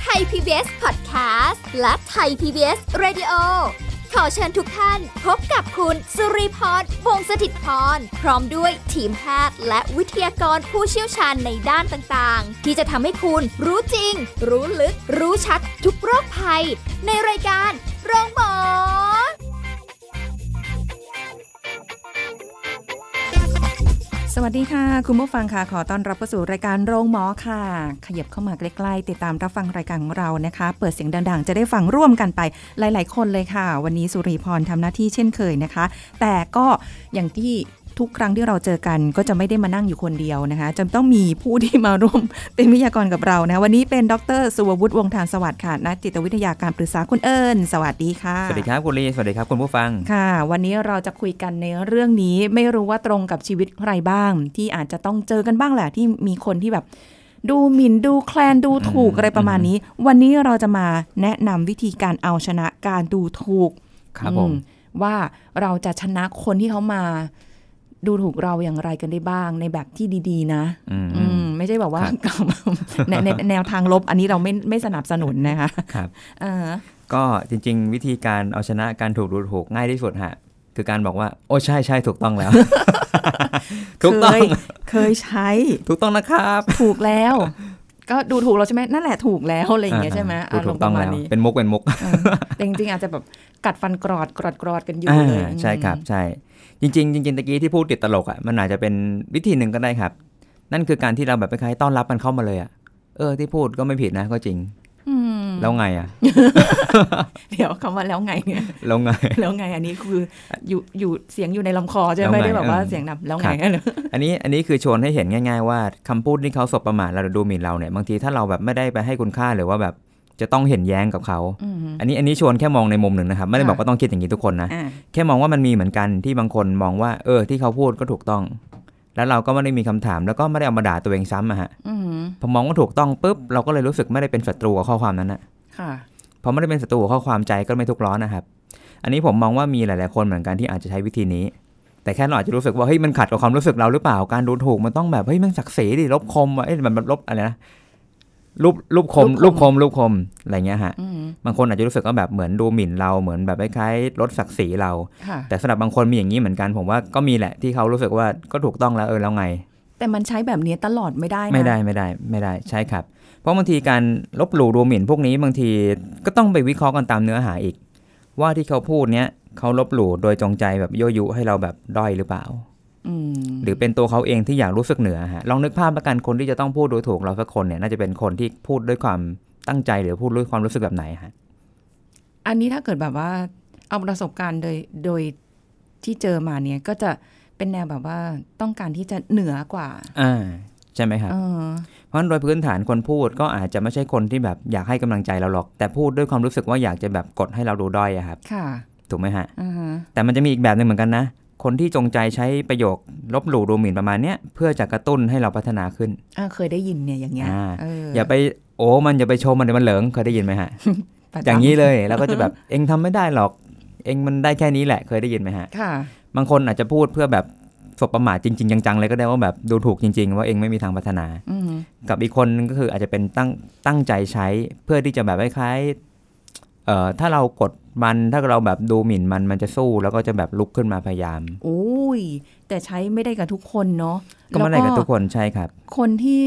ไทย PBS Podcast และไทย PBS Radio ขอเชิญทุกท่านพบกับคุณสุริพรวงศสถิตพร พร้อมด้วยทีมแพทย์และวิทยากรผู้เชี่ยวชาญในด้านต่างๆ ที่จะทำให้คุณรู้จริง รู้ลึก รู้ชัดทุกโรคภัย ในรายการโรงพยาบาล สวัสดีค่ะ คุณผู้ฟังค่ะ ขอต้อนรับเข้าสู่รายการโรงหมอค่ะ ขยับเข้ามาใกล้ๆ ติดตามรับฟังรายการของเรานะคะ เปิดเสียงดังๆ จะได้ฟังร่วมกันไปหลายๆ คนเลยค่ะ วันนี้สุริพรทำหน้าที่เช่นเคยนะคะ แต่ก็อย่างที่ทุกครั้งที่เราเจอกันก็จะไม่ได้มานั่งอยู่คนเดียวนะคะจะต้องมีผู้ที่มาร่วม เป็นวิทยากรกับเรานะวันนี้เป็นดรสุวัวุฒิวงศ์ทานสวัสดิ์ค่ะนักจิตวิทยาการปรึกษาคุณเอิญสวัสดีค่ะ สวัสดีครับคุณลีสวัสดีครับคุณผู้ฟัง ค่ะ วันนี้เราจะคุยกันในเรื่องนี้ไม่รู้ว่าตรงกับชีวิตใครบ้าง ที่อาจจะต้องเจอกันบ้างแหละที่มีคนที่แบบ ดูหมิ่นดูแคลนดูถูก อืม อะไรประมาณนี้ วันนี้เราจะมาแนะนำวิธีการเอาชนะการดูถูก ครับผม อืว่าเราจะชนะคนที่เขามา ดูถูกเราอย่างไรกันได้บ้าง ในแบบที่ดีๆ นะ อืม อืม ไม่ใช่แบบว่า ครับ กลับมาในในแนวทางลบ อันนี้เราไม่ไม่สนับสนุนนะคะ ครับ เออ ก็จริง ๆ วิธีการเอาชนะการถูกดูถูกง่ายที่สุดฮะคือการบอกว่า โอ้ใช่ใช่ถูก ต้องแล้ว ถูกต้อง เคยเคยใช้ ถูกต้องนะครับ ถูกแล้ว ก็ดูถูกเราใช่ไหมนั่นแหละถูกแล้วอะไรอย่างเงี้ยใช่ไหม อ่า อาร ถู ม ก ณ์ป ต้อง ระมาณ แล้ว นี้ เป็นมุกเป็นมุก เออแต่จริงๆอาจจะแบบกัดฟันกรอดกรอดกรอดกันอยู่ อ่า เลย ใช่ครับใช่ จริง ๆ จริงๆตะกี้ที่พูดติดตลกอ่ะมันอาจจะเป็นวิธีหนึ่งก็ได้ครับ นั่นคือการที่เราแบบคล้ายๆต้อนรับมันเข้ามาเลยอ่ะเออที่พูดก็ไม่ผิดนะก็จริง อืม แล้วไงอ่ะ เดี๋ยวคำว่าแล้วไง เนี่ย แล้วไง แล้วไงอันนี้คืออยู่อยู่เสียงอยู่ในลำคอใช่ไหม แล้วไง ไม่ได้แบบว่า เออ เสียงดับแล้ว ค ไง รับ อันนี้อันนี้คือชวนให้เห็นง่าย ๆ ว่าคำพูดที่เขาสบประมาทเราหรือดูหมิ่นเราเนี่ยบางทีถ้าเราแบบไม่ได้ไปให้คุณค่าหรือว่าแบบจะต้องเห็นแย้งกับเขา อืม อันนี้อันนี้ชวนแค่มองในมุมหนึ่งนะครับ ไม่ได้ ค่ะ บอกว่าต้องคิดอย่างนี้ทุกคนนะ อ่า แค่มองว่ามันมีเหมือนกันที่บางคนมองว่า เออที่เขาพูดก็ถูกต้อง แล้วเราก็ไม่ได้มีคำถาม แล้วก็ไม่ได้เอามาด่าตัวเองซ้ำอะฮะ อืม พอมองว่าถูกต้องปุ๊บเราก็เลยรู้สึกไม่ได้เป็นศัตรูกับข้อความนั้นนะ ค่ะ พอไม่ได้เป็นศัตรูกับข้อความใจก็ไม่ทุกข์ร้อนนะครับ อันนี้ผมมองว่ามีหลาย ๆ คนเหมือนกันที่อาจจะใช้วิธีนี้ แต่แค่เราอาจจะรู้สึกว่าเฮ้ยมันขัดกับความรู้สึกเราหรือเปล่า การดูถูกมันต้องแบบเฮ้ยมันศักดิ์ศรีดิลบคมว่ะเอ้ยมันแบบลบอะไรนะรูปรูปคม รู รู ป ป ค ค ม มรูปคมอะไรเงี้ยฮะ อืม บางคนอาจจะรู้สึกว่าแบบเหมือนดูหมิ่นเราเหมือนแบบคล้ายๆลดศักดิ์ศรีเรา ค่ะ แต่สำหรับบางคนมีอย่างนี้เหมือนกันผมว่าก็มีแหละที่เขารู้สึกว่าก็ถูกต้องแล้วเออแล้วไง แต่มันใช้แบบนี้ตลอดไม่ได้นะ ไม่ได้ไม่ได้ไม่ได้ใช่ครับ เพราะบางทีการลบหลู่ดูหมิ่นพวกนี้บางทีก็ต้องไปวิเคราะห์กันตามเนื้อหาอีก ว่าที่เขาพูดเนี้ยเขาลบหลู่โดยจงใจแบบยั่วยุให้เราแบบด้อยหรือเปล่า อืม หรือเป็นตัวเขาเองที่อยากรู้สึกเหนือฮะลองนึกภาพละกันคนที่จะต้องพูดดูถูกเราสักคนเนี่ยน่าจะเป็นคนที่พูดด้วยความตั้งใจหรือพูดด้วยความรู้สึกแบบไหนฮะ อันนี้ถ้าเกิดแบบว่า เอาประสบการณ์โดยโดยที่เจอมาเนี่ยก็จะเป็นแนวแบบว่าต้องการที่จะเหนือกว่า อ่าใช่ไหมครับ เออ เพราะฉะนั้นโดยพื้นฐานคนพูดก็อาจจะไม่ใช่คนที่แบบอยากให้กำลังใจเราหรอก แต่พูดด้วยความรู้สึกว่าอยากจะแบบกดให้เราดูด้อยอะครับ ค่ะ ถูกไหมฮะ อ่าฮะ แต่มันจะมีอีกแบบหนึ่งเหมือนกันนะ คนที่จงใจใช้ประโยคลบหลู่ดูหมิ่นประมาณเนี้ยเพื่อจะกระตุ้นให้เราพัฒนาขึ้น อ่าเคยได้ยินเนี่ยอย่างเงี้ย อ่า เออ อย่าไปโอ้มันอย่าไปชมมันเดี๋ยวมันเหลิงเคยได้ยินไหมฮะ ประจำ อย่างนี้เลยแล้วก็จะแบบ เองทำไม่ได้หรอก เองมันได้แค่นี้แหละเคยได้ยินไหมฮะ ค่ะ บางคนอาจจะพูดเพื่อแบบสบประมาทจริง ๆ จังๆเลยก็ได้ว่าแบบดูถูกจริง ๆ ว่าเองไม่มีทางพัฒนา อืม กับอีกคนนึงก็คืออาจจะเป็นตั้งตั้งใจใช้เพื่อที่จะแบบคล้ายๆเอ่อถ้าเรากดมันถ้าเราแบบดูหมิ่นมันมันจะสู้แล้วก็จะแบบลุกขึ้นมาพยายาม โอ้ย แต่ใช้ไม่ได้กับทุกคนเนาะ ก็ไม่ได้กับทุกคนใช่ครับ คนที่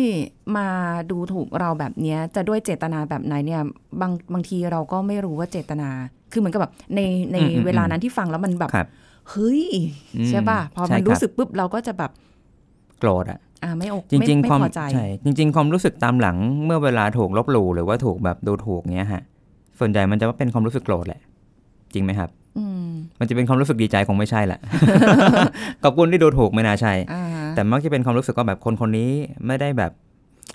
มาดูถูกเราแบบเนี้ย จะด้วยเจตนาแบบไหนเนี่ย บางบางทีเราก็ไม่รู้ว่าเจตนา คือเหมือนกับแบบในใน อืมอืมอืม เวลานั้นที่ฟังแล้วมันแบบ ครับ เฮ้ย อืม ใช่ป่ะ พอ ใช่ มัน คบ รู้สึกปุ๊บเราก็จะแบบ โกรธอ่ะ อ่าไม่โอเค จริง ๆ ไม่ ความ พอใจ ใช่จริง ๆ ความรู้สึกตามหลังเมื่อเวลาถูกลบหลู่หรือว่าถูกแบบดูถูกเนี้ยฮะส่วนใหญ่มันจะเป็นความรู้สึกโกรธแหละ จริงไหมครับ อืม มันจะเป็นความรู้สึกดีใจคงไม่ใช่แหละ ขอบคุณที่ดูถูกไม่น่าใช่ อ่าฮะ แต่มักจะเป็นความรู้สึกว่าแบบคนคนนี้ไม่ได้แบบ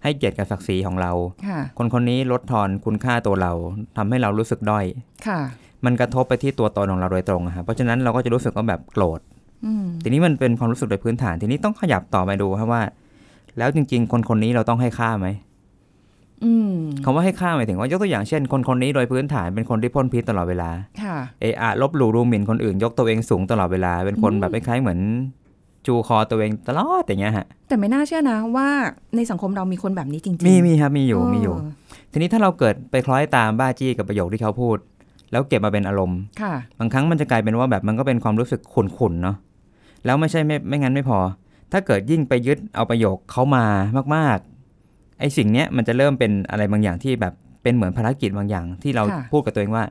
ให้เกียรติกับศักดิ์ศรีของเรา ค่ะ คนคนนี้ลดทอนคุณค่าตัวเราทำให้เรารู้สึกด้อย ค่ะ มันกระทบไปที่ตัวตนของเราโดยตรงอะฮะเพราะฉะนั้นเราก็จะรู้สึกว่าแบบโกรธ อืม ทีนี้มันเป็นความรู้สึกโดยพื้นฐานทีนี้ต้องขยับต่อไปดูครับว่า แล้วจริง ๆ คนคนนี้เราต้องให้ค่าไหม อืม คำว่าให้ค่าหมายถึงว่ายกตัวอย่างเช่น คนคนนี้โดยพื้นฐานเป็นคนที่พ่นพิษตลอดเวลา ค่ะ เอะอะลบหลู่ดูหมิ่นคนอื่น ยกตัวเองสูงตลอดเวลา เป็นคน อืม แบบคล้ายๆเหมือน จูคอตัวเองตลอดอย่างเงี้ยฮะ แต่ไม่น่าเชื่อนะว่าในสังคมเรามีคนแบบนี้จริงๆ มีมีครับมีอยู่มีอยู่ เ ทีนี้ถ้าเราเกิดไปคล้อยตามบ้าจี้กับประโยคที่เขาพูด แล้วเก็บมาเป็นอารมณ์ ค่ะ บางครั้งมันจะกลายเป็นว่าแบบมันก็เป็นความรู้สึกขุ่นๆเนาะแล้วไม่ใช่ไม่ไม่งั้นไม่พอ ถ้าเกิดยิ่งไปยึดเอาประโยคเขามามากๆไอ้สิ่งเนี้ยมันจะเริ่มเป็นอะไรบางอย่างที่แบบเป็นเหมือนภารกิจบางอย่าง ที่เรา ค่ะ พูดกับตัวเองว่า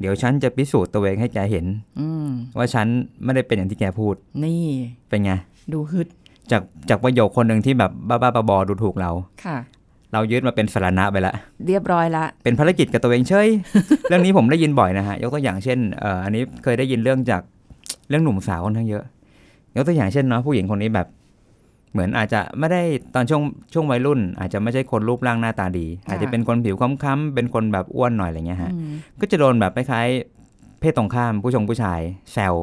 เดี๋ยวฉันจะพิสูจน์ตัวเองให้แกเห็น อืม ว่าฉันไม่ได้เป็นอย่างที่แกพูด นี่ เป็นไง ดูฮึด จากจากประโยคคนหนึ่งที่แบบบ้าๆบอๆดูถูกเรา ค่ะ เรายึดมาเป็นสารณะไปละ เรียบร้อยละ เป็นภารกิจกับตัวเองเฉย เรื่องนี้ผมได้ยินบ่อยนะฮะ ยกตัวอย่างเช่นเอ่ออันนี้เคยได้ยินเรื่องจาก เรื่องหนุ่มสาวค่อนข้างเยอะ ยกตัวอย่างเช่นเนาะผู้หญิงคนนี้แบบ เหมือนอาจจะไม่ได้ตอนช่วงช่วงวัยรุ่น อาจจะไม่ใช่คนรูปร่างหน้าตาดี อาจจะเป็นคนผิวค้ำๆเป็นคนแบบอ้วนหน่อยอะไรเงี้ยฮะ อืม ก็จะโดนแบบคล้ายๆเพศตรงข้ามผู้ชงผู้ชายแซว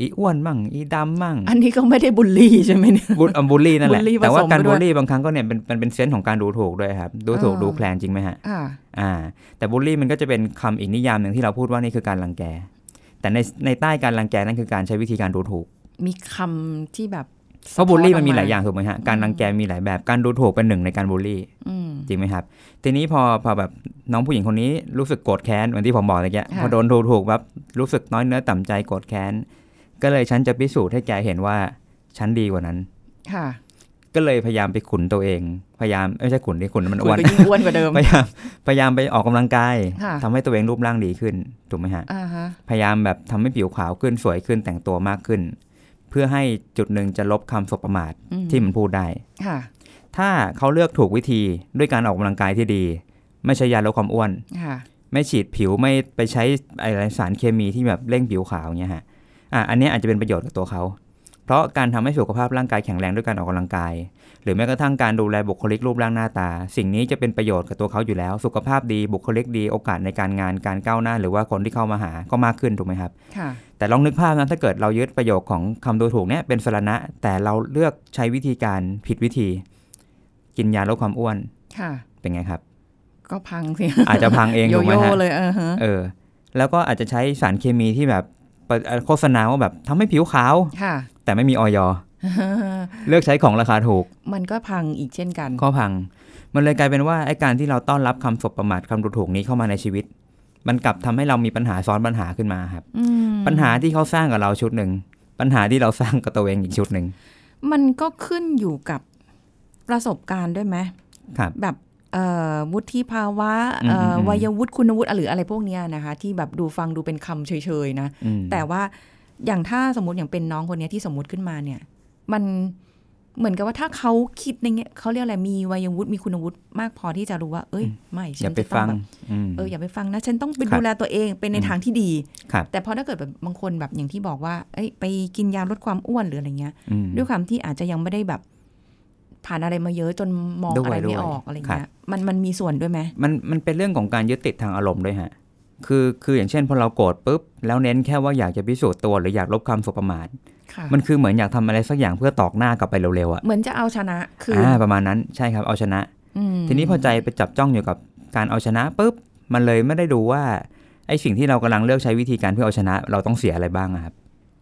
อีอ้วนมั่งอีดำมั่ง อันนี้ก็ไม่ได้บุลลี่ใช่ไหมเนี่ย บูลอ่ะบูลลี่นั่นแห ละบูลลี่ผสม แต่ว่าการ ไปด้วย บูลลี่บางครั้งก็เนี่ยเป็นเป็นเป็นเซนส์ของการดูถูกด้วยครับดูถูก อ๋อ ดูแคลนจริงไหมฮะ อ่า อ่าแต่บูลลี่มันก็จะเป็นคำอีกนิยามหนึ่งที่เราพูดว่านี่คือการรังแก แต่ในในใต้การรังแกนั่นคือการใช้วิธีการดูถูก มีคำที่แบบ เพราะบูลลี่มันมี สะท้ หลายอย่างถูกไหมฮะ การรังแกมีหลายแบบการดูถูกเป็นหนึ่งในการบูลลี่ อืม จริงไหมครับ ทีนี้พอพอแบบน้องผู้หญิงคนนี้รู้สึกโกรธแค้นเหมือนที่ผมบอกเมื่อกี้ ค่ะ พอโดนดูถูกแบบรู้สึกน้อยเนื้อต่ำใจโกรธแค้น ก็เลยฉันจะพิสูจน์ให้แกเห็นว่าฉันดีกว่านั้น ค่ะ ก็เลยพยายามไปขุนตัวเอง พยายามเอ้ยไม่ใช่ขุนดิขุนมัน คุณอ้วน ก็ยิ่งอ้วนกว่าเดิม พยายามพยายามไปออกกำลังกาย ค่ะ ทำให้ตัวเองรูปร่างดีขึ้นถูกไหมฮะ อ่าฮะ พยายามแบบทำให้ผิวขาวขึ้นสวยขึ้นแต่งตัวมากขึ้น เพื่อให้จุดหนึ่งจะลบคำสบประมาท อืม ที่มันพูดได้ ค่ะ ถ้าเขาเลือกถูกวิธีด้วยการออกกำลังกายที่ดี ไม่ใช้ยาลดความอ้วน ค่ะ ไม่ฉีดผิวไม่ไปใช้อะไรสารเคมีที่แบบเร่งผิวขาวเงี้ยฮะอ่ะอันเนี้ยอาจจะเป็นประโยชน์กับตัวเขา เพราะการทำให้สุขภาพร่างกายแข็งแรงด้วยการออกกำลังกาย หรือแม้กระทั่งการดูแลบุคลิกรูปร่างหน้าตา สิ่งนี้จะเป็นประโยชน์กับตัวเขาอยู่แล้ว สุขภาพดีบุคลิกดีโอกาสในการงานการก้าวหน้า หรือว่าคนที่เข้ามาหาก็มากขึ้นถูกไหมครับ ค่ะ แต่ลองนึกภาพนะถ้าเกิดเรายึดประโยคของคำดูถูกเนี่ยเป็นสรณะ แต่เราเลือกใช้วิธีการผิดวิธี กินยาลดความอ้วน ค่ะ เป็นไงครับ ก็พังสิ อาจจะพังเอง โย ถูกไหม โย่ ฮะ เลยเออฮะ เออ แล้วก็อาจจะใช้สารเคมีที่แบบปะเอ่อโฆษณาว่าแบบทำให้ผิวขาว ค่ะ แต่ไม่มีออย เลือกใช้ของราคาถูก มันก็พังอีกเช่นกัน ก็พัง มันเลยกลายเป็นว่าไอ้การที่เราต้อนรับคำสบประมาทคำดูถูกนี้เข้ามาในชีวิต มันกลับทำให้เรามีปัญหาซ้อนปัญหาขึ้นมาครับ อืม ปัญหาที่เขาสร้างกับเราชุดหนึ่งปัญหาที่เราสร้างกับตัวเองอีกชุดหนึ่ง มันก็ขึ้นอยู่กับประสบการณ์ด้วยไหม ครับ แบบเอ่อวุฒิภาวะเอ่ออ มอืม วัยวุฒิคุณวุฒิหรืออะไรพวกเนี้ยนะคะ ที่แบบดูฟังดูเป็นคำเฉยๆนะ อืม แต่ว่าอย่างถ้าสมมติอย่างเป็นน้องคนเนี้ยที่สมมติขึ้นมาเนี่ย มันเหมือนกับว่าถ้าเขาคิดในเงี้ยเขาเรียกอะไรมีวัยวุฒิมีคุณวุฒิมากพอที่จะรู้ว่า เอ้ย ไม่ อ ฉั ย่าน ไป จะต้ ฟั อง ง แบบ อืม เอออย่าไปฟังนะฉันต้องไป ครับ ดูแลตัวเองเป็นใน อืม ทางที่ดี ครับ แต่พอถ้าเกิดแบบบางคนแบบอย่างที่บอกว่า เอ้ย ไปกินยาลดความอ้วนหรืออะไรเงี้ย อืม ด้วยความที่อาจจะยังไม่ได้แบบ ผ่านอะไรมาเยอะจนมอง ด้วย อะไร ด้ว ไม่ ย ออกอะไร ครับ เงี้ยมันมันมีส่วนด้วยไหม มันมันเป็นเรื่องของการยึดติดทางอารมณ์ด้วยฮะ คือคืออย่างเช่นพอเราโกรธปุ๊บ แล้วเน้นแค่ว่าอยากจะพิสูจน์ตัวหรืออยากลบคำสบประมาท ค่ะ มันคือเหมือนอยากทำอะไรสักอย่างเพื่อตอกหน้ากลับไปเร็วๆอ่ะ เหมือนจะเอาชนะคืออ อ่าประมาณนั้นใช่ครับเอาชนะ ม ทีนี้พอใจไปจับจ้องอยู่กับการเอาชนะปุ๊บมันเลยไม่ได้ดูว่าไอ้สิ่งที่เรากำลังเลือกใช้วิธีการเพื่อเอาชนะ เราต้องเสียอะไรบ้างอะครับ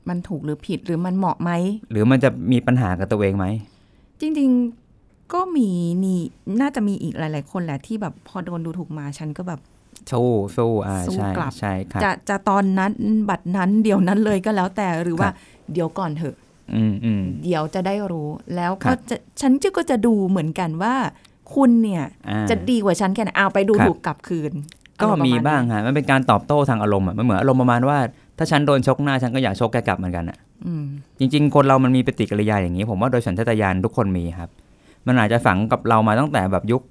มันถูกหรือผิดหรือมันเหมาะไหม หรือมันจะมีปัญหากับตัวเองไหม จริงๆ ก็มีนี่น่าจะมีอีกหลาย ๆ คนแหละที่แบบพอโดนดูถูกมาฉันก็แบบ สู้สู้อ่า สู้ ใช่ กลับ ใช่ครับ จะจะตอนนั้นบัตรนั้นเดี๋ยวนั้นเลยก็แล้วแต่หรือว่า ครับ เดี๋ยวก่อนเถอะ อืมอืม เดี๋ยวจะได้รู้แล้ว ครั ก็ บ จะฉันจะก็จะดูเหมือนกันว่า คุณเนี่ย อ่า จะดีกว่าฉันแค่ไหนเอาไปดู ครับ ถูกกลับคืน ก็ อรณ์ มี ประณ บ้าง นั้น ฮะ มันเป็นการตอบโต้ทางอารมณ์อะมันเหมือนอารมณ์ประมาณว่า ถ้าฉันโดนชกหน้าฉันก็อยากชกแกกลับเหมือนกันอะ อืม จริง ๆ คนเรามันมีปฏิกิริยาอย่างนี้ ผมว่าโดยสัญชาตญาณทุกคนมีครับ มันอาจจะฝังกับเรามาตั้งแต่แบบยุค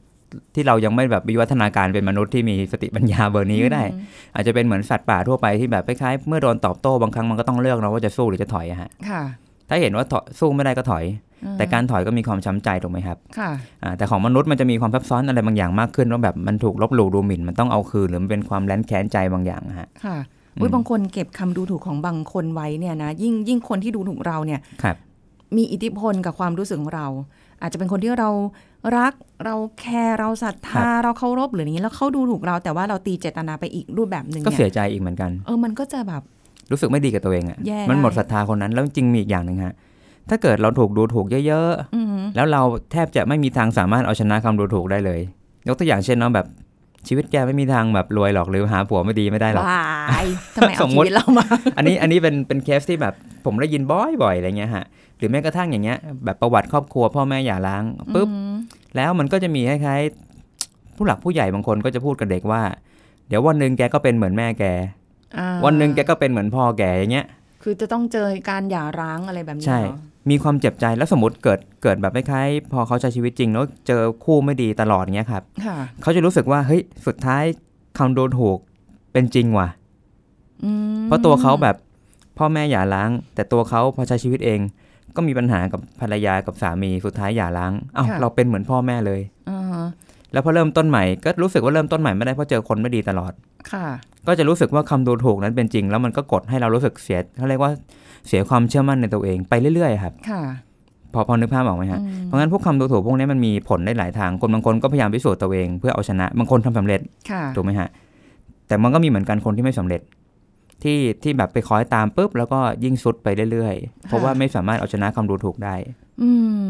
ที่เรายังไม่แบบวิวัฒนาการเป็นมนุษย์ที่มีสติปัญญาเบอร์นี้ก็ได้ อืม อาจจะเป็นเหมือนสัตว์ป่าทั่วไปที่แบบคล้ายๆเมื่อโดนตอบโต้บางครั้งมันก็ต้องเลือกนะว่าจะสู้หรือจะถอยอะฮะ ค่ะ ถ้าเห็นว่าถอยสู้ไม่ได้ก็ถอย อืม แต่การถอยก็มีความช้ำใจถูกไหมครับ ค่ะ อ่าแต่ของมนุษย์มันจะมีความซับซ้อนอะไรบางอย่างมากขึ้นว่าแบบมันถูกลบหลู่ดูหมิ่นมันต้องเอาคืนหรือมันเป็นความแร้นแค้นใจบางอย่างอะฮะ ค่ะอุ้ อื ย ม บางคนเก็บคำดูถูกของบางคนไว้เนี่ยนะยิ่งยิ่งคนที่ดูถูกเราเนี่ย ครับ มีอิทธิพลกับความรู้สึกของเรา อาจจะเป็นคนที่เรารักเราแคร์เราศรัทธาเราเคารพหรืออย่างนี้แล้วเขาดูถูกเราแต่ว่าเราตีเจตนาไปอีกรูปแบบหนึ่ง ก็ เนี่ เสี ย ยใจอีกเหมือนกัน เออมันก็จะแบบ รู้สึกไม่ดีกับตัวเองอะ แย่ มันหมด ได้ ศรัทธาคนนั้นแล้วจริงๆมีอีกอย่างหนึ่งฮะถ้าเกิดเราถูกดูถูกเยอะๆ อืม แล้วเราแทบจะไม่มีทางสามารถเอาชนะคำดูถูกได้เลย ยกตัวอย่างเช่นเนาะแบบชีวิตแกไม่มีทางแบบรวยหรอกหรือหาผัวไม่ดีไม่ได้หรอก วายทำไม ส เอา ม ชี มุติ วิตเรามา อันนี้อันนี้เป็นเป็นเคสที่แบบผมได้ยินบ่อยๆอะไรเงี้ยฮะหรือแม้กระทั่งอย่างเงี้ยแบบประวัติครอบครัวพ่อแม่หย่าร้างปุ๊บแล้วมันก็จะมีคล้ายๆผู้หลักผู้ใหญ่บางคนก็จะพูดกับเด็กว่า เดี๋ยววันหนึ่งแกก็เป็นเหมือนแม่แก อ่า วันหนึ่งแกก็เป็นเหมือนพ่อแกอย่างเงี้ย คือจะต้องเจอการหย่าร้างอะไรแบบนี้ ใช่ เหรอ มีความเจ็บใจแล้วสมมติเกิดเกิดแบบคล้ายๆพอเขาใช้ชีวิตจริงแล้วเจอคู่ไม่ดีตลอดเงี้ยครับ ค่ะ เขาจะรู้สึกว่าเฮ้ยสุดท้ายคำโดนถูกเป็นจริงว่ะ อืม เพราะตัวเขาแบบพ่อแม่หย่าร้าง แต่ตัวเขาพอใช้ชีวิตเอง ก็มีปัญหากับภรรยากับสามีสุดท้ายหย่าร้างอ้าวเราเป็นเหมือนพ่อแม่เลย อ่าฮะ แล้วพอเริ่มต้นใหม่ก็รู้สึกว่าเริ่มต้นใหม่ไม่ได้เพราะเจอคนไม่ดีตลอด ค่ะ ก็จะรู้สึกว่าคำโดนถูกนั้นเป็นจริง แล้วมันก็กดให้เรารู้สึกเสียเขาเรียกว่าเสียความเชื่อมั่นในตัวเองไปเรื่อยๆครับ ค่ะ พอพอนึกภาพออกไหมฮะ อืม เพราะงั้นพวกคำโดนถูกพวกนี้มันมีผลได้หลายทางคนบางคนก็พยายามพิสูจน์ตัวเองเพื่อเอาชนะบางคนทำสำเร็จ ค่ะ ถูกไหมฮะ แต่มันก็มีเหมือนกันคนที่ไม่สำเร็จ ที่ที่แบบไปคอยตามปุ๊บแล้วก็ยิ่งสุดไปเรื่อยๆ เพราะว่าไม่สามารถเอาชนะคำดูถูกได้ อื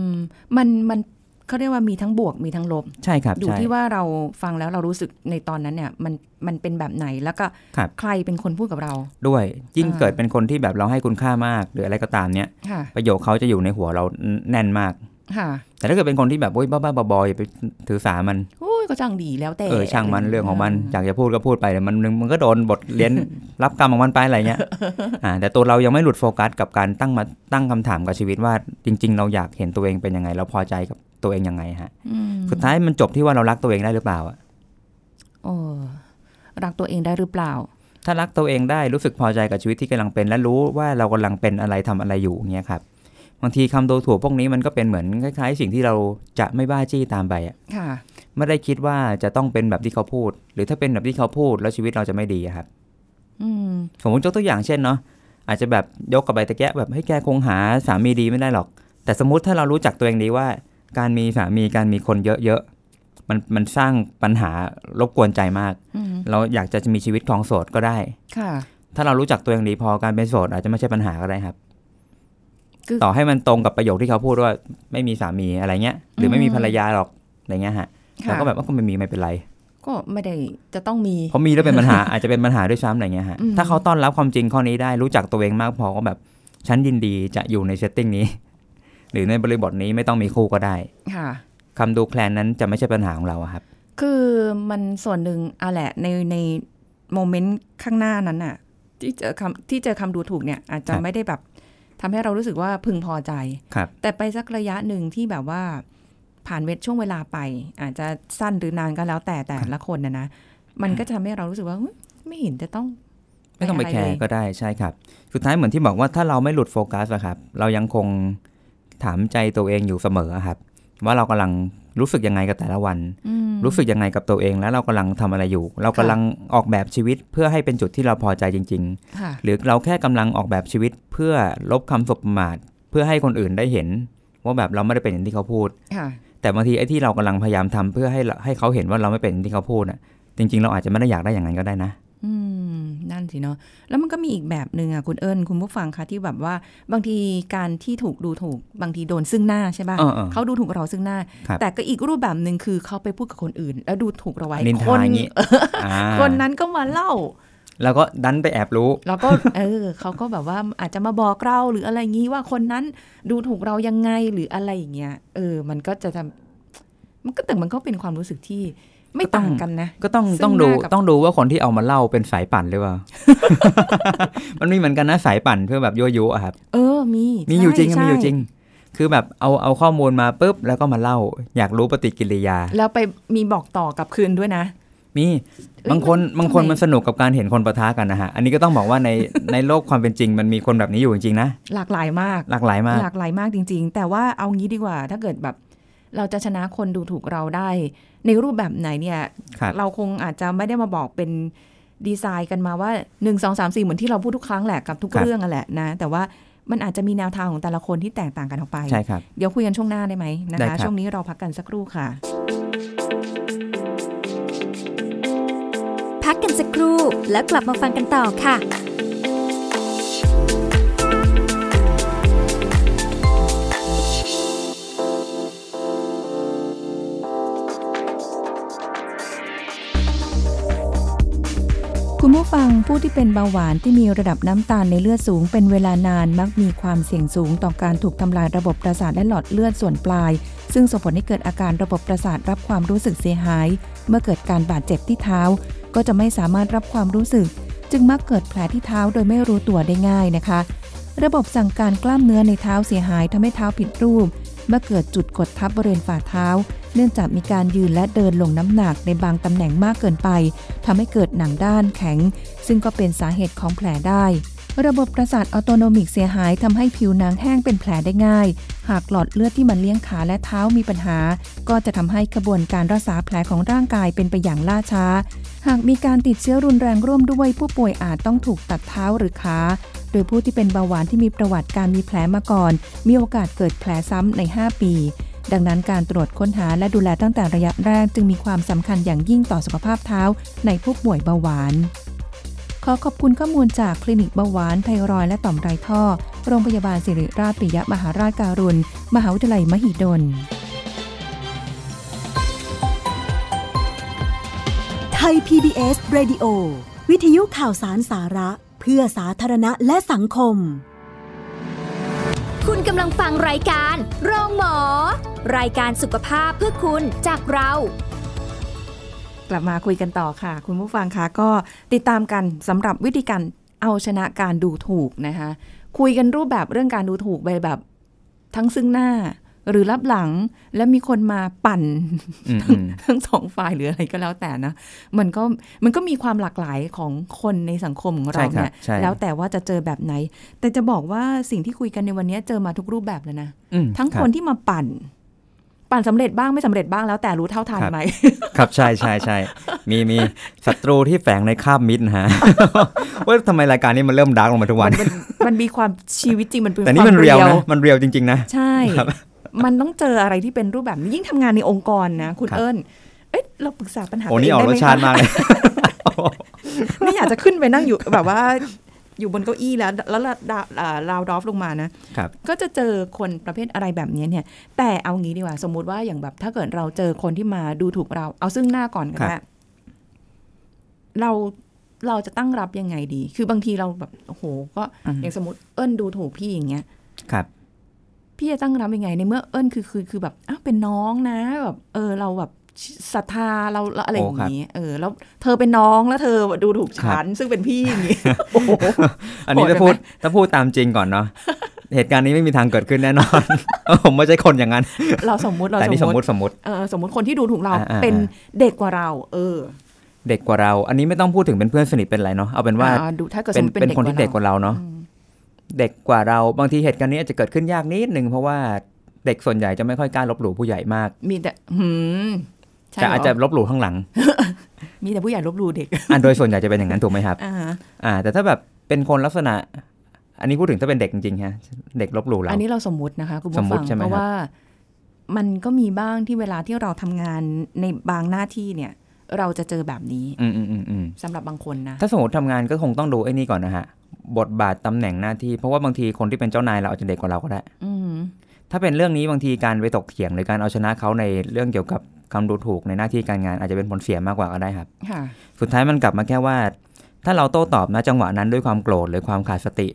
มมันมันเขาเรียกว่ามีทั้งบวกมีทั้งลบ ใช่ครับ อยู่ ใช่ ที่ว่าเราฟังแล้วเรารู้สึกในตอนนั้นเนี่ย มันมันเป็นแบบไหนแล้วก็ ครับ ใครเป็นคนพูดกับเรา ด้วย ยิ่ง อ่า เกิดเป็นคนที่แบบเราให้คุณค่ามาก หรืออะไรก็ตามเนี้ย ค่ะ ประโยคเขาจะอยู่ในหัวเราแน่นมาก ค่ะ แต่ถ้าเกิดเป็นคนที่แบบโอ๊ยบ้าๆบอๆอย่าไปถือสามัน โอ้ยก็จังดีแล้วแต่ เออช่างมันะ ไย่ เรื่องของมันอยากจะพูดก็พูดไปแต่มันมันก็โดนบท เรียน รับกรรมของมันไปอะไรเงี้ยอ่าแต่ตัวเรายังไม่หลุดโฟกัสกับการตั้งมาตั้งคำถามกับชีวิตว่าจริง ๆ เราอยากเห็นตัวเองเป็นยังไง เราพอใจกับตัวเองยังไงฮะ อืม สุดท้ายมันจบที่ว่าเรารักตัวเองได้หรือเปล่าอะ โอ้รักตัวเองได้หรือเปล่า ถ้ารักตัวเองได้รู้สึกพอใจกับชีวิตที่กำลังเป็น และรู้ว่าเรากำลังเป็นอะไรทำอะไรอยู่อย่างเงี้ยครับบางทีคำโดถูกพวกนี้มันก็เป็นเหมือนคล้ายๆ สิ่งที่เราจะไม่บ้าจี้ตามไปอะ ค่ะ ไม่ได้คิดว่าจะต้องเป็นแบบที่เขาพูด หรือถ้าเป็นแบบที่เขาพูดแล้วชีวิตเราจะไม่ดีอะครับ อืม สมมติยกตัวอย่างเช่นเนาะอาจจะแบบยกกลับไปตะแกะแบบให้ยแกคงหาสามีดีไม่ได้หรอก แต่สมมติถ้าเรารู้จักตัวเองดีว่า การมีสามีการมีคนเยอะๆมันมันสร้างปัญหารบกวนใจมาก อืม เราอยากจะมีชีวิตครองโสดก็ได้ ค่ะ ถ้าเรารู้จักตัวเองดีพอการเป็นโสดอาจจะไม่ใช่ปัญหาก็ได้ครับ คือ ต่อให้มันตรงกับประโยคที่เขาพูดว่าไม่มีสามีอะไรเงี้ย หรือไม่มีภรรยาหรอกอะไรเงี้ยฮะเราก็แบบว่าก็ไม่มีไม่เป็นไร ก็ไม่ได้จะต้องมี เพราะมีแล้วเป็นปัญหา อาจจะเป็นปัญหาด้วยซ้ำอะไรเงี้ยฮะ อืม ถ้าเขาต้อนรับความจริงข้อนี้ได้รู้จักตัวเองมากพอก็แบบฉันยินดีจะอยู่ในเซตติ้งนี้ หรือในบริบทนี้ไม่ต้องมีคู่ก็ได้ ค่ะ คำดูแคลนนั้นจะไม่ใช่ปัญหาของเราอะครับ คือมันส่วนหนึ่งอะแหละในในโมเมนต์ข้างหน้านั้นน่ะ ที่เจอคำที่เจอคำดูถูกเนี่ย อาจจะ ครับ ไม่ได้แบบทำให้เรารู้สึกว่าพึงพอใจ ครับ แต่ไปสักระยะหนึ่งที่แบบว่าผ่านเวทช่วงเวลาไป อาจจะสั้นหรือนานก็แล้วแต่แต่ละคนนะนะ มันก็จะทำให้เรารู้สึกว่าเฮ้ยไม่เห็นจะต้อง ไม่ต้องไป ะ แค เล ร์ ย ก็ได้ใช่ครับ สุดท้ายเหมือนที่บอกว่าถ้าเราไม่หลุดโฟกัสอะครับ เรายังคงถามใจตัวเองอยู่เสมออะครับ ว่าเรากำลังรู้สึกยังไงกับแต่ละวัน อืม รู้สึกยังไงกับตัวเอง แล้วเรากำลังทำอะไรอยู่ เรากำลังออกแบบชีวิตเพื่อให้เป็นจุดที่เราพอใจจริง ค่ะ ๆ หรือเราแค่กำลังออกแบบชีวิตเพื่อลบคำสบประมาทเพื่อให้คนอื่นได้เห็น ว่าแบบเราไม่ได้เป็นอย่างที่เขาพูด ค่ะ แต่บางทีไอ้ที่เรากำลังพยายามทำเพื่อให้เราให้เขาเห็นว่าเราไม่เป็นอย่างที่เขาพูดอะจริง ๆ เราอาจจะไม่ได้อยากได้อย่างนั้นก็ได้นะ อืม นั่นสิเนาะแล้วมันก็มีอีกแบบหนึ่งอ่ะ คุณเอิญคุณผู้ฟังคะที่แบบว่าบางทีการที่ถูกดูถูก บางทีโดนซึ่งหน้าใช่ป่ะ เออเออ เขาดูถูกเราซึ่งหน้า ครับ แต่ก็อีกรูปแบบหนึ่งคือเขาไปพูดกับคนอื่น แล้วดูถูกเราไว้ นินทา คน อย่างงี้ อ่า คนนั้นก็มาเล่า แล้วก็ดันไปแอบรู้ แล้วก็ เออเขาก็แบบว่าอาจจะมาบอกเราหรืออะไรงี้ว่าคนนั้นดูถูกเรายังไงหรืออะไรอย่างเงี้ยเออ มันก็จะทำมันก็แต่มันก็เป็นความรู้สึกที่ไม่ ก็ต้อง ต่างกันนะ ก็ต้อง ซึ่ง ต้องดู หน้ากับ ต้องดูว่าคนที่เอามาเล่าเป็นสายปั่นหรือเปล่า มันมีเหมือนกันนะสายปั่นเพื่อแบบยั่วยุอะครับ เออมี มีอยู่จริง ใช่ มีอยู่ ใช่ จริง คือแบบเอาเอาข้อมูลมาปุ๊บแล้วก็มาเล่า อยากรู้ปฏิกิริยา แล้วไปมีบอกต่อกลับคืนด้วยนะ มี เอ้ย บางคน มัน บางคน ทำไม มันสนุกกับการเห็นคนปะทะกันนะฮะอันนี้ก็ต้องบอกว่าใน ในโลกความเป็นจริง มันมีคนแบบนี้อยู่จริงๆนะ หลากหลายมาก หลากหลายมาก หลากหลายมากจริง ๆ แต่ว่าเอางี้ดีกว่า ถ้าเกิดแบบ เราจะชนะคนดูถูกเราได้ ในรูปแบบไหนเนี่ย ครับ เราคงอาจจะไม่ได้มาบอกเป็นดีไซน์กันมาว่า 1 2 3 4 เหมือนที่เราพูดทุกครั้งแหละกับทุก ครับ เรื่องนั่นแหละนะ แต่ว่า มันอาจจะมีแนวทางของแต่ละคนที่แตกต่างกันออกไป ใช่ครับ เดี๋ยวคุยกันช่วงหน้าได้ไหมนะ ได้คคะรับ ช่วงนี้เราพักกันสักครู่ค่ะ พักกันสักครู่แล้วกลับมาฟังกันต่อค่ะ คุณผู้ฟังผู้ที่เป็นเบาหวานที่มีระดับน้ำตาลในเลือดสูงเป็นเวลานานมักมีความเสี่ยงสูงต่อการถูกทำลายระบบประสาทและหลอดเลือดส่วนปลาย ซึ่งส่งผลให้เกิดอาการระบบประสาทรับความรู้สึกเสียหาย เมื่อเกิดการบาดเจ็บที่เท้า ก็จะไม่สามารถรับความรู้สึก จึงมักเกิดแผลที่เท้าโดยไม่รู้ตัวได้ง่ายนะคะ ระบบสั่งการกล้ามเนื้อในเท้าเสียหายทำให้เท้าผิดรูป เมื่อเกิดจุดกดทับบริเวณฝ่าเท้า เนื่องจากมีการยืนและเดินลงน้ำหนักในบางตำแหน่งมากเกินไปทำให้เกิดหนังด้านแข็ง ซึ่งก็เป็นสาเหตุของแผลได้ ระบบประสาทออโตโนมิกเสียหายทำให้ผิวหนังแห้งเป็นแผลได้ง่าย หากหลอดเลือดที่มันเลี้ยงขาและเท้ามีปัญหา ก็จะทำให้กระบวนการรักษาแผลของร่างกายเป็นไปอย่างล่าช้า หากมีการติดเชื้อรุนแรงร่วมด้วยผู้ป่วยอาจต้องถูกตัดเท้าหรือขา โดยผู้ที่เป็นเบาหวานที่มีประวัติการมีแผลมาก่อน มีโอกาสเกิดแผลซ้ำใน 5 ปี ดังนั้นการตรวจค้นหาและดูแลตั้งแต่ระยะแรกจึงมีความสำคัญอย่างยิ่งต่อสุขภาพเท้าในผู้ป่วยเบาหวาน ขอขอบคุณข้อมูลจากคลินิกเบาหวานไทรอยด์และต่อมไรท่อ โรงพยาบาลสิริราชปิยมหาราชการุณ มหาวิทยาลัยมหิดล ไทย PBS Radio วิทยุข่าวสารสาระ เพื่อสาธารณะและสังคม คุณกำลังฟังรายการโรงหมอ รายการสุขภาพเพื่อคุณจากเรา กลับมาคุยกันต่อค่ะ คุณผู้ฟังคะก็ติดตามกันสำหรับวิธีการเอาชนะการดูถูกนะคะคุยกันรูปแบบเรื่องการดูถูกไปแบบ ทั้งซึ่งหน้า หรือรับหลังและมีคนมาปั่น อืมอืม ทั้งสองฝ่ายหรืออะไรก็แล้วแต่นะ มันก็มันก็มีความหลากหลายของคนในสังคมของเรา ใช่ครับ เนี่ย ใช่ แล้วแต่ว่าจะเจอแบบไหน แต่จะบอกว่าสิ่งที่คุยกันในวันนี้เจอมาทุกรูปแบบแล้วนะ อืม ทั้ง รับ คนที่มาปั่น ปั่นสำเร็จบ้างไม่สำเร็จบ้างแล้วแต่รู้เท่าทัน ครับ ไหม ครับใช่ใช่ใช่ มีมีศัตรูที่แฝงในคราบมิตรนะฮะ ว่าทำไมรายการนี้มันเริ่มดาร์กลงมาทุกวัน มันมันมีความชีวิตจริงมันเป็น แต่นี่ ควา มันเรียว เรียนะว มันเรียวจริง ๆ นะ ใช่ ครับ มันต้องเจออะไรที่เป็นรูปแบบนี้ยิ่งทำงานในองค์กรนะ คุณ ครับ เอิญเอ๊ะเราปรึกษาปัญหา โอ้นี่ออก ตัว ร เงได้ไหสชาติมากเลย ไม่อยากจะขึ้นไปนั่งอยู่ แบบว่าอยู่บนเก้าอี้แล้ว แล้วระดาอ่าราวดอฟลงมานะ ครับ ก็จะเจอคนประเภทอะไรแบบนี้เนี่ย แต่เอางี้ดีกว่า สมมุติว่าอย่างแบบ ถ้าเกิดเราเจอคนที่มาดูถูกเรา เอาซึ่งหน้าก่อนก็ ครับ ได้เราเราจะตั้งรับยังไงดี คือบางทีเราแบบโอ้โห ก็อย่างสมมติเอิญดูถูกพี่อย่างเงี้ย ครับ พี่จะตั้งรับยังไงในเมื่อเอิญคือคือคือแบบอ้าวเป็นน้องนะแบบเออเราแบบศรัทธาเราเราอะไรอย่างนี้เออ แล้วเธอเป็นน้องแล้วเธอดูถูกฉันซึ่งเป็นพี่อย่าง นี้ โอ้โห อันนี้ โหด ถ้าพูด ไหม ถ้าพูดตามจริงก่อนเนาะ เหตุการณ์นี้ไม่มีทางเกิดขึ้นแน่นอน ผมไม่ใช่คนอย่างนั้น เราสมมุติเรา แต่นี่ ส ส ม ม ม ม ติ ติสมมติ เออสมมติคนที่ดูถูกเรา อ่าอ่า เป็นเด็กกว่าเรา เออ เด็กกว่าเรา อันนี้ไม่ต้องพูดถึงเป็นเพื่อนสนิทเป็นอะไรเนาะ เอาเป็นว่า อ่ดูถ้าเกิดส เป็ มมตินเป็นคนที่เด็กกว่าเรา อื เนาะ ม เด็กกว่าเรา บางทีเหตุการณ์นี้อาจจะเกิดขึ้นยากนิดนึงเพราะว่าเด็กส่วนใหญ่จะไม่ค่อยกล้าลบหลู่ผู้ใหญ่มาก มีแต่หืมใช่ แต่อาจ เหร จะลบหลู่ข้างหลัง มีแต่ผู้ใหญ่ลบหลู่เด็ก อ่ะโดยส่วนใหญ่จะเป็นอย่างนั้นถูกไหมครับ อ่า อ่า แต่ถ้าแบบเป็นคนลักษณะ อันนี้พูดถึงถ้าเป็นเด็กจริงๆฮะ เด็กลบหลู่เรา อันนี้เราสมมตินะคะคุณ ส ผู้ มมุ ฟั ติ ง ใช่ไหม เพราะ ครับ ว่า มันก็มีบ้างที่เวลาที่เราทำงานในบางหน้าที่เนี่ย เราจะเจอแบบนี้ อืมอืมอืมอืม สำหรับบางคนนะ ถ้าสมมติทำงานก็คงต้องดูไอ้นี่ก่อนนะฮะ บทบาทตำแหน่งหน้าที่ เพราะว่าบางทีคนที่เป็นเจ้านายเราอาจจะเด็กกว่าเราก็ได้ อืม ถ้าเป็นเรื่องนี้บางทีการไปตกเถียงหรือการเอาชนะเขาในเรื่องเกี่ยวกับคำดูถูกในหน้าที่การงานอาจจะเป็นผลเสียมากกว่าก็ได้ครับ ค่ะ สุดท้ายมันกลับมาแค่ว่า ถ้าเราโต้ตอบนะจังหวะนั้นด้วยความโกรธหรือความขาดสติ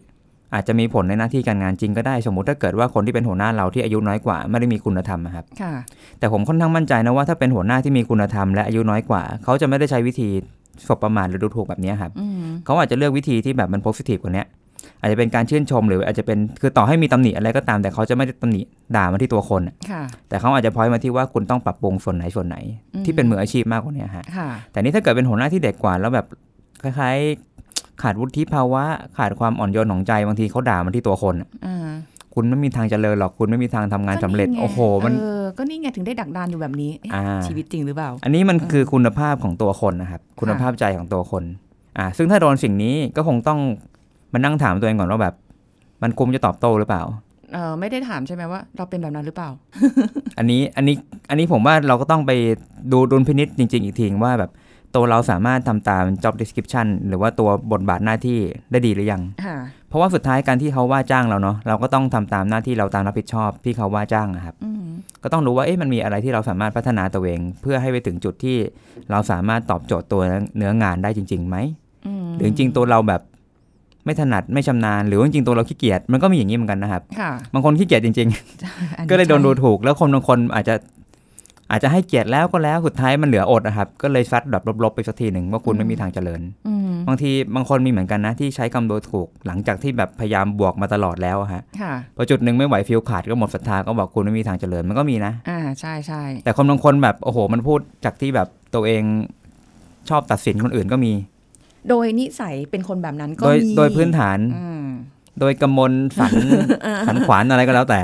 อาจจะมีผลในหน้าที่การงานจริงก็ได้ สมมติถ้าเกิดว่าคนที่เป็นหัวหน้าเราที่อายุน้อยกว่าไม่ได้มีคุณธรรมอะครับ ค่ะ แต่ผมค่อนข้างมั่นใจนะว่าถ้าเป็นหัวหน้าที่มีคุณธรรมและอายุน้อยกว่า เขาจะไม่ได้ใช้วิธีสบประมาทหรือดูถูกแบบเนี้ยครับ อืม เขาอาจจะเลือกวิธีที่แบบมันโพสิทีฟกว่าเนี้ยอาจจะเป็นการชื่นชมหรืออาจจะเป็นคือต่อให้มีตำหนิอะไรก็ตามแต่เขาจะไม่ได้ตำหนิด่ามาที่ตัวคนอะ ค่ะ แต่เขาอาจจะพอยต์มาที่ว่าคุณต้องปรับปรุงส่วนไหนส่วนไหน ที่เป็นมืออาชีพมากกว่าเนี้ยฮะ ค่ะ แต่นี่ถ้าเกิดเป็นหัวหน้าที่เด็กกว่าแล้วแบบคล้ายๆ ขาดวุฒิภาวะ ขาดความอ่อนโยนของใจบางทีเขาด่ามันที่ตัวคนอะ อ่า คุณไม่มีทางเจริญหรอกคุณไม่มีทางทำงานสำเร็จ ก็ไง โอ้โหมัน เออ ก็นี่ไงถึงได้ดักดานอยู่แบบนี้เอ๊ะ อ่า ชีวิตจริงหรือเปล่า อันนี้มันคือคุณภาพของตัวคนนะครับ คุณภาพใจของตัวคน อ่า ซึ่งถ้าโดนสิ่งนี้ก็คงต้องมานั่งถามตัวเองก่อนว่าแบบ มันคุ้มจะตอบโต้หรือเปล่า เออไม่ได้ถามใช่ไหมว่า เราเป็นแบบนั้นหรือเปล่า อันนี้อันนี้อันนี้ผมว่าเราก็ต้องไปดูดุลพินิษจริง ๆ อีกทีว่าแบบตัวเราสามารถทำตาม job description หรือว่าตัวบทบาทหน้าที่ได้ดีหรือยัง ค่ะ เพราะว่าสุดท้ายการที่เขาว่าจ้างเราเนาะเราก็ต้องทำตามหน้าที่เราตามรับผิดชอบที่เขาว่าจ้างนะครับ อืม ก็ต้องรู้ว่าเอ๊ะมันมีอะไรที่เราสามารถพัฒนาตัวเอง เพื่อให้ไปถึงจุดที่เราสามารถตอบโจทย์ตัวเนื้องานได้จริงๆไหม อืม หรือจริงๆตัวเราแบบไม่ถนัดไม่ชำนาญ หรือว่าจริงๆตัวเราขี้เกียจมันก็มีอย่างนี้เหมือนกันนะครับ ค่ะ บางคนขี้เกียจจริง อั ๆ ก็เลยโดนดู ใช่ ถูก แล้วคนบางคนอาจจะอาจจะให้เกียรติแล้วก็แล้วสุดท้ายมันเหลืออดนะครับก็เลยซัดแบบลบๆไปสักทีหนึ่งว่าคุณไม่มีทางเจริญ อืม บางทีบางคนมีเหมือนกันนะที่ใช้คำโดยถูก หลังจากที่แบบพยายามบวกมาตลอดแล้วอะฮะ ค่ะ พอจุดหนึ่งไม่ไหวฟิลขาดก็หมดศรัทธาก็บอกคุณไม่มีทางเจริญมันก็มีนะ อ่าใช่ใช่ แต่คนบางคนแบบโอ้โห มันพูดจากที่แบบตัวเองชอบตัดสินคนอื่นก็มี โดยนิสัยเป็นคนแบบนั้นก็ โดย มี โดยพื้นฐาน อืม โดยกำมลสัน สันขวานอะไรก็แล้วแต่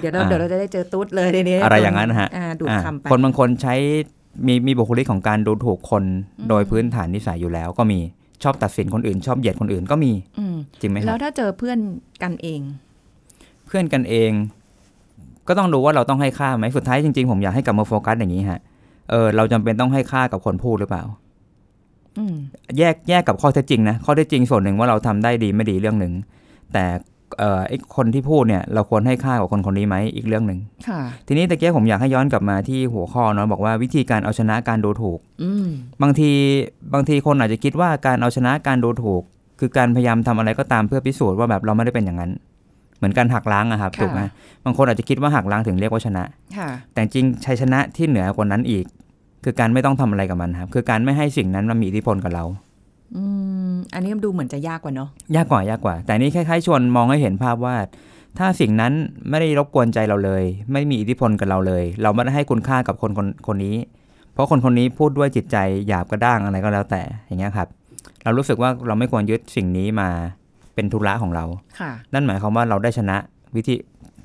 เดี๋ยวเรา อ่า เดี๋ยวเราจะได้เจอตุ๊ดเลยในนี้ อะไรอย่างนั้นฮะ อ่าดูด อ่ะ คำไป คนบางคนใช้มีมีบุคลิกของการดูถูกคนโดยพื้นฐานนิสัยอยู่แล้วก็มีชอบตัดสินคนอื่น ชอบเหยียดคนอื่นก็มี อืม จริงไหมค แล้ รั ว บ ถ้าเจอเพื่อนกันเอง เพื่อนกันเอง ก็ต้องดูว่าเราต้องให้ค่าไหมสุดท้ายจริงๆผมอยากให้กลับมาโฟกัสอย่างนี้ฮะเออเราจำเป็นต้องให้ค่ากับคนพูดหรือเปล่า อืม แยกแยกกับข้อเท็จจริงนะข้อเท็จจริงส่วนหนึ่งว่าเราทำได้ดีไม่ดีเรื่องหนึ่ง แต่เอ่อไอคนที่พูดเนี่ยเราควรให้ค่ากับคนคนนี้ไหมอีกเรื่องหนึ่ง ค่ะ ทีนี้ตะเกียผมอยากให้ย้อนกลับมาที่หัวข้อเนาะบอกว่าวิธีการเอาชนะการดูถูก อืม บางทีบางทีคนอาจจะคิดว่าการเอาชนะการดูถูก คือการพยายามทำอะไรก็ตามเพื่อพิสูจน์ว่าแบบเราไม่ได้เป็นอย่างนั้น เหมือนการหักล้างอะครับถูกไหมบางคนอาจจะคิดว่าหักล้างถึงเรียกว่าชนะ ค่ะ แต่จริงชัยชนะที่เหนือกว่านั้นอีก คือการไม่ต้องทำอะไรกับมันครับคือการไม่ให้สิ่งนั้นมันมีอิทธิพลกับเรา อืมอันนี้ดูเหมือนจะยากกว่าเนาะ ยากกว่ายากกว่า แต่นี่คล้ายๆชวนมองให้เห็นภาพว่า ถ้าสิ่งนั้นไม่ได้รบกวนใจเราเลย ไม่มีอิทธิพลกับเราเลย เราไม่ได้ให้คุณค่ากับคนคนคนนี้ เพราะคนคนนี้พูดด้วยจิตใจหยาบกระด้างอะไรก็แล้วแต่อย่างเงี้ยครับ เรารู้สึกว่าเราไม่ควรยึดสิ่งนี้มาเป็นธุระของเรา ค่ะ นั่นหมายความว่าเราได้ชนะวิธี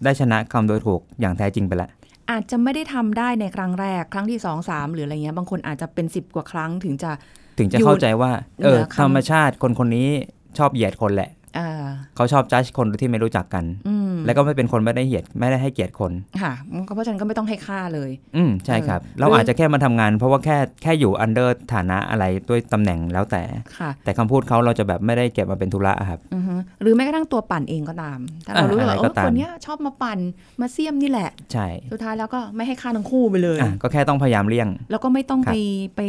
ได้ชนะคำโดยถูกอย่างแท้จริงไปละ อาจจะไม่ได้ทำได้ในครั้งแรก ครั้งที่สองสามหรืออะไรเงี้ยบางคนอาจจะเป็นสิบกว่าครั้งถึงจะ ถึงจะเข้าใจว่าเออ เหนือคำ ธรรมชาติคนคนนี้ชอบเหยียดคนแหละ เอ่อ เขาชอบจ้าคนโดยที่ไม่รู้จักกัน อืม และก็ไม่เป็นคนไม่ได้เหยียดไม่ได้ให้เกียรติคน ค่ะก็เพราะฉะนั้นก็ไม่ต้องให้ค่าเลย อืมใช่ครับ เออ เราอาจจะแค่มาทำงาน เพราะว่าแค่แค่อยู่อันเดอร์ฐานะอะไรด้วยตำแหน่งแล้วแต่ ค่ะ แต่คำพูดเขาเราจะแบบไม่ได้เก็บมาเป็นธุระอะครับ อือฮึหรือแม้กระทั่งตัวปั่นเองก็ตามถ้าเรา อ่า รู้ว่า อะไร เอ ก็ อ ตาม คนเนี้ยชอบมาปั่นมาเสียมนี่แหละ ใช่ สุดท้ายแล้วก็ไม่ให้ค่าทั้งคู่ไปเลย อ่ะก็แค่ต้องพยายามเลี่ยง แล้วก็ไม่ต้อง ครับ ไปไป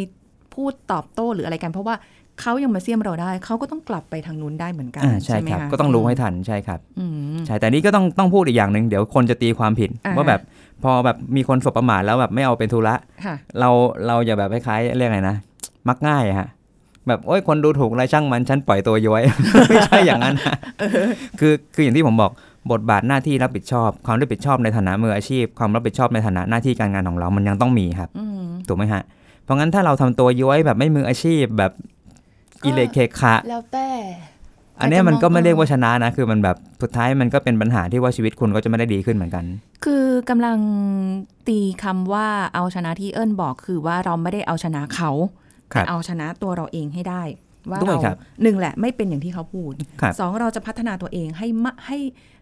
พูดตอบโต้หรืออะไรกัน เพราะว่าเขายังมาเสียมเราได้ เขาก็ต้องกลับไปทางนู้นได้เหมือนกัน อ่าใช่ ไหม ครับ ะ ก็ต้องรู้ให้ทันใช่ครับ อืม ใช่แต่นี่ก็ต้องต้องพูดอีกอย่างหนึ่งเดี๋ยวคนจะตีความผิด อ่า ว่าแบบพอแบบมีคนสบประมาทแล้วแบบไม่เอาเป็นธุระ ค่ะ เราเราอย่าแบบคล้ายๆเรียกอะไรนะ มักง่ายอะฮะแบบโอ้ยคนดูถูกอะไรช่างมันฉันปล่อยตัวย้อย ไม่ใช่อย่างนั้นนะคือคืออย่างที่ผมบอกบทบาทหน้าที่รับผิดชอบ ความรับผิดชอบในฐานะมืออาชีพ ความรับผิดชอบในฐานะหน้าที่การงานของเรามันยังต้องมีครับ อืม ถูกไหมฮะเพราะงั้นถ้าเราทำตัวย้อยแบบไม่มืออาชีพแบบ ก็ อิเลเคคะ แล้วแต่ อันเนี้ย อาจจะ มันก็ มอง ไม่เรียกว่าชนะนะคือมันแบบสุดท้ายมันก็เป็นปัญหาที่ว่าชีวิตคุณก็จะไม่ได้ดีขึ้นเหมือนกัน คือกำลังตีคำว่าเอาชนะที่เอิ้นบอกคือว่าเราไม่ได้เอาชนะเขา ครับ แต่เอาชนะตัวเราเองให้ได้ ว่า ด้วย เรา ครับ หนึ่งแหละไม่เป็นอย่างที่เขาพูด ครับ สองเราจะพัฒนาตัวเองให้มะให้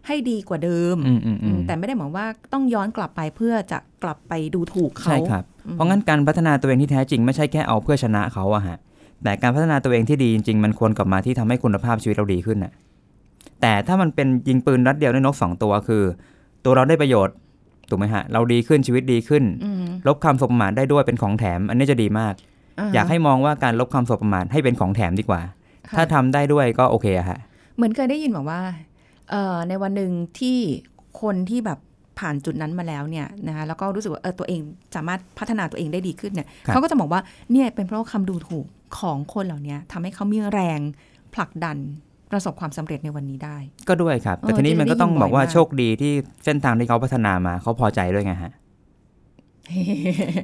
ให้ดีกว่าเดิม อืมอืมอืม แต่ไม่ได้หมายว่าต้องย้อนกลับไปเพื่อจะกลับไปดูถูกเขา ใช่ครับ อืม เพราะงั้นการพัฒนาตัวเองที่แท้จริงไม่ใช่แค่เอาเพื่อชนะเขาอะฮะ แต่การพัฒนาตัวเองที่ดีจริงๆ มันควรกลับมาที่ทำให้คุณภาพชีวิตเราดีขึ้นน่ะ แต่ถ้ามันเป็นยิงปืนรัดเดียวได้นกสองตัวคือ ตัวเราได้ประโยชน์ถูกไหมฮะ เราดีขึ้นชีวิตดีขึ้น อืม ลบคำสบประมาทได้ด้วยเป็นของแถม อันนี้จะดีมาก อยากให้มองว่าการลบคำสบประมาทให้เป็นของแถมดีกว่า ค่ะ ถ้าทำได้ด้วยก็โอเคอะฮะ เหมือนเคยได้ยินบอกว่าเอ่อในวันหนึ่งที่คนที่แบบผ่านจุดนั้นมาแล้วเนี่ยนะคะแล้วก็รู้สึกว่าเออตัวเองสามารถพัฒนาตัวเองได้ดีขึ้นเนี่ย ครับ เขาก็จะบอกว่าเนี่ยเป็นเพราะคำดูถูกของคนเหล่านี้ทำให้เขามีแรงผลักดันประสบความสำเร็จในวันนี้ได้ ก็ด้วยครับ เออ แต่ทีนี้มันก็ต้องบอกว่า จะได้ยินบ่อยมาก โชคดีที่เส้นทางที่เขาพัฒนามาเขาพอใจด้วยไง ฮะ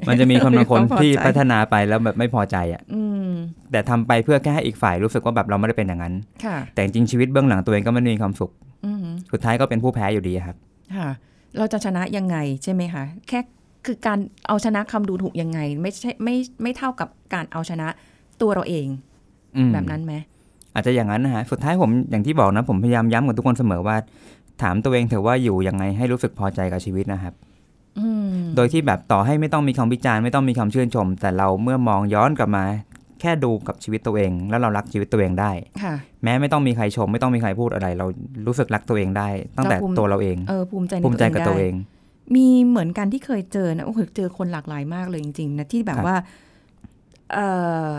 มันจะมีคนบางคนที่พัฒนาไปแล้วแบบไม่พอใจอะ อืม แต่ทำไปเพื่อแค่ให้อีกฝ่ายรู้สึกว่าแบบเราไม่ได้เป็นอย่างนั้น ค่ะ แต่จริงๆชีวิตเบื้องหลังตัวเองก็ไม่ได้มีความสุข อืม สุดท้ายก็เป็นผู้แพ้อยู่ดีครับ ค่ะเราจะชนะยังไงใช่ไหมคะแค่คือการเอาชนะคำดูถูกยังไง ไม่ใช่ไม่ไม่เท่ากับการเอาชนะตัวเราเอง อืม แบบนั้นไหม อาจจะอย่างนั้นนะฮะสุดท้ายผมอย่างที่บอกนะ ผมพยายามย้ำกับทุกคนเสมอว่า ถามตัวเองเถอะว่าอยู่ยังไงให้รู้สึกพอใจกับชีวิตนะครับ อืม โดยที่แบบต่อให้ไม่ต้องมีคำวิจารณ์ไม่ต้องมีคำชื่นชม แต่เราเมื่อมองย้อนกลับมา แค่ดูกับชีวิตตัวเอง แล้วเรารักชีวิตตัวเองได้ ค่ะ แม้ไม่ต้องมีใครชม ไม่ต้องมีใครพูดอะไร เรารู้สึกรักตัวเองได้ ตั้งแต่ เราภูมิ ตัวเราเอง เออภูมิใจใน ภูมิใจกับตัว ได้ เอง มีเหมือนกันที่เคยเจอนะโอ้โหเจอคนหลากหลายมากเลยจริง ๆ นะที่แบ ค บ รับ ว่าเออ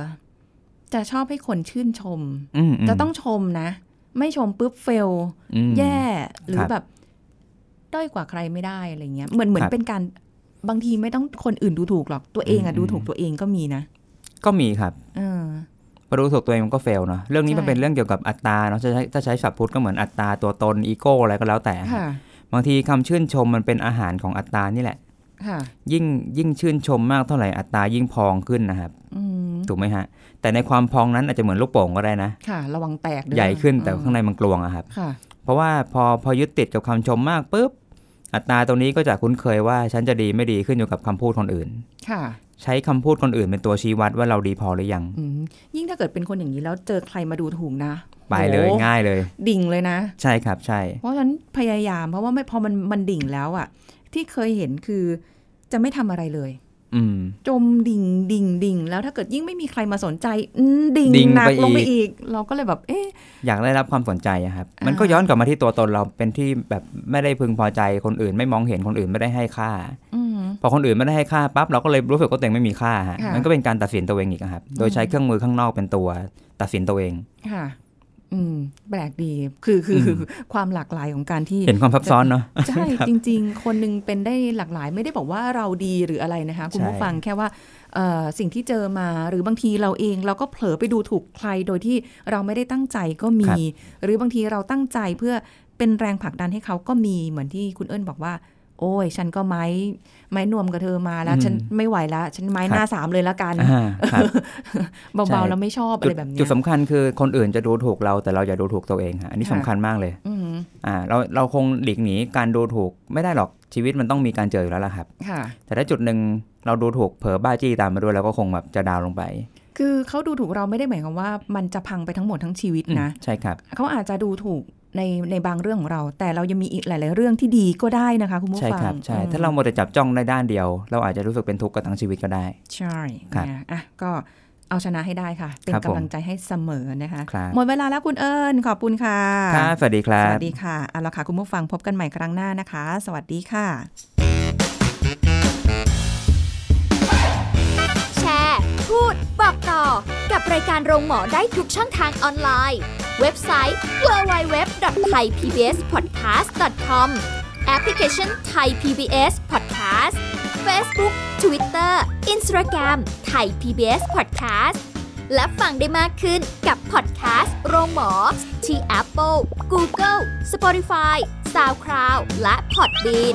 จะชอบให้คนชื่นชม อืมม จะต้องชมนะ ไม่ชมปุ๊บเฟล อืม แย่หรื ค อ รับ แบบด้อยกว่าใครไม่ได้อะไรเงี้ยเหมือนเหมือ คน รับ เป็นการบางทีไม่ต้องคนอื่นดูถูกหรอกตัวเองอะ อืม ดูถูกตัวเองก็มีนะ ก็มีครับ เออ พอรู้สึกตัวเองมันก็เฟลเนาะเรื่องนี้มัน ใช่ เป็นเรื่องเกี่ยวกับอัตราเนาะถ้าใช้ถ้าใช้ศัพท์พุทธก็เหมือนอัตราตัวตนอีโก้อะไรก็แล้วแต่ ค่ะ บางทีคำชื่นชมมันเป็นอาหารของอัตรานี่แหละ ค่ะ ยิ่งยิ่งชื่นชมมากเท่าไหร่อัตรายิ่งพองขึ้นนะครับ อืม ถูกไหมฮะ แต่ในความพองนั้นอาจจะเหมือนลูกโป่งก็ได้นะ ค่ะ ระวังแตกด้วย ใหญ่ขึ้น อืม แต่ข้างในมันกลวงอะครับ ค่ะ เพราะว่าพอพอยึดติดกับคำชมมากปุ๊บอัตราตรงนี้ก็จะคุ้นเคยว่าฉันจะดีไม่ดีขึ้นอยู่กับคำพูดคนอื่น ค่ะ ใช้คำพูดคนอื่นเป็นตัวชี้วัดว่าเราดีพอหรือยัง อืมยิ่งถ้าเกิดเป็นคนอย่างนี้แล้วเจอใครมาดูถูกนะ ไปเลย โอ้โห ง่ายเลย ดิ่งเลยนะ ใช่ครับใช่ เพราะฉะนั้นพยายามเพราะว่าไม่พอมันมันดิ่งแล้วอะที่เคยเห็นคือจะไม่ทำอะไรเลย อืม จมดิ่งดิ่งดิ่งแล้วถ้าเกิดยิ่งไม่มีใครมาสนใจอืมดิ่ง ดิ่ง หนัก ไป ลงไป อีก อีก เราก็เลยแบบ เอ๊ะ อยากได้รับความสนใจอะครับ อ่ามั มันก็ย้อนกลับมาที่ตัวตนเราเป็นที่แบบไม่ได้พึงพอใจคนอื่น ไม่มองเห็นคนอื่นไม่ได้ให้ค่า อืม พอคนอื่นไม่ได้ให้ค่าปั๊บเราก็เลยรู้สึกว่าตัวเองไม่มีค่าฮะ ค่ะ มันก็เป็นการตัดสินตัวเองอีกอะครับ โดยใช้เครื่องมือข้างนอกเป็นตัวตัดสินตัวเอง ค่ะ อืม แปลกดีคือคือ อืม ความหลากหลายของการที่ เห็นความซับซ้อนเนาะ ใช่ จริง ๆ คนหนึงเป็นได้หลากหลาย ไม่ได้บอกว่าเราดีหรืออะไรนะคะ คุณ ใช่ ผู้ฟังแค่ว่าเอ่อสิ่งที่เจอมาหรือบางทีเราเองเราก็เผลอไปดูถูกใครโดยที่เราไม่ได้ตั้งใจก็มี หรือบางทีเราตั้งใจเพื่อเป็นแรงผลักดันให้เขาก็มีเหมือนที่คุณเอิญบอกว่า โอ้ย ฉันก็ไม้ไม้นวมกับเธอมาแล้ว อืม ฉันไม่ไหวแล้ว ฉันไม้ ครัหบน้าสามเลยละกัน อ่าครับ ใช่ เบาๆแล้วไม่ชอบอะ จุ ไร ด แบบเนี้ย จุดสำคัญคือคนอื่นจะดูถูกเราแต่เราอย่าดูถูกตัวเองฮะอันนี้ ค่ะ สำคัญมากเลย อืม อ่าเราเราคงหลีกหนีการดูถูกไม่ได้หรอกชีวิตมันต้องมีการเจออยู่แล้วล่ะครับ ค่ะ แต่ถ้าจุดหนึ่งเราดูถูกเผลอบ้าจี้ตามมาด้วยเราก็คงแบบจะดาวลงไป คือเขาดูถูกเราไม่ได้หมายความว่ามันจะพังไปทั้งหมดทั้งชีวิต อืม นะ ใช่ครับ เขาอาจจะดูถูกในในบางเรื่องของเรา แต่เรายังมีอีกหลาย ๆ เรื่องที่ดีก็ได้นะคะคุณผู้ ใช่ ฟัง ครับใช่ อืม ถ้าเราหมดแต่จับจ้องในด้านเดียว เราอาจจะรู้สึกเป็นทุกข์กับทั้งชีวิตก็ได้ ใช่ ครับ นะอ่ะก็เอาชนะให้ได้ค่ะ เป็น ครับผม กำลังใจให้เสมอนะคะ ครับ หมดเวลาแล้วคุณเอิญขอบคุณค่ะ ครับสวัสดีครั ส บ วัสดีค่ะเอาละค่ะ คุณผู้ฟังพบกันใหม่ครั้งหน้านะคะ สวัสดีค่ะ แชร์ พูด บอกต่อ กับรายการโรงหมอได้ทุกช่องทางออนไลน์ เว็บไซต์ www.thaipbspodcast.com แอปพลิเคชัน Thai PBS Podcast Facebook Twitter Instagram Thai PBS Podcast และฟังได้มากขึ้นกับพอดแคสต์โรงหมอ ที่ Apple, Google, Spotify, SoundCloud และ Podbean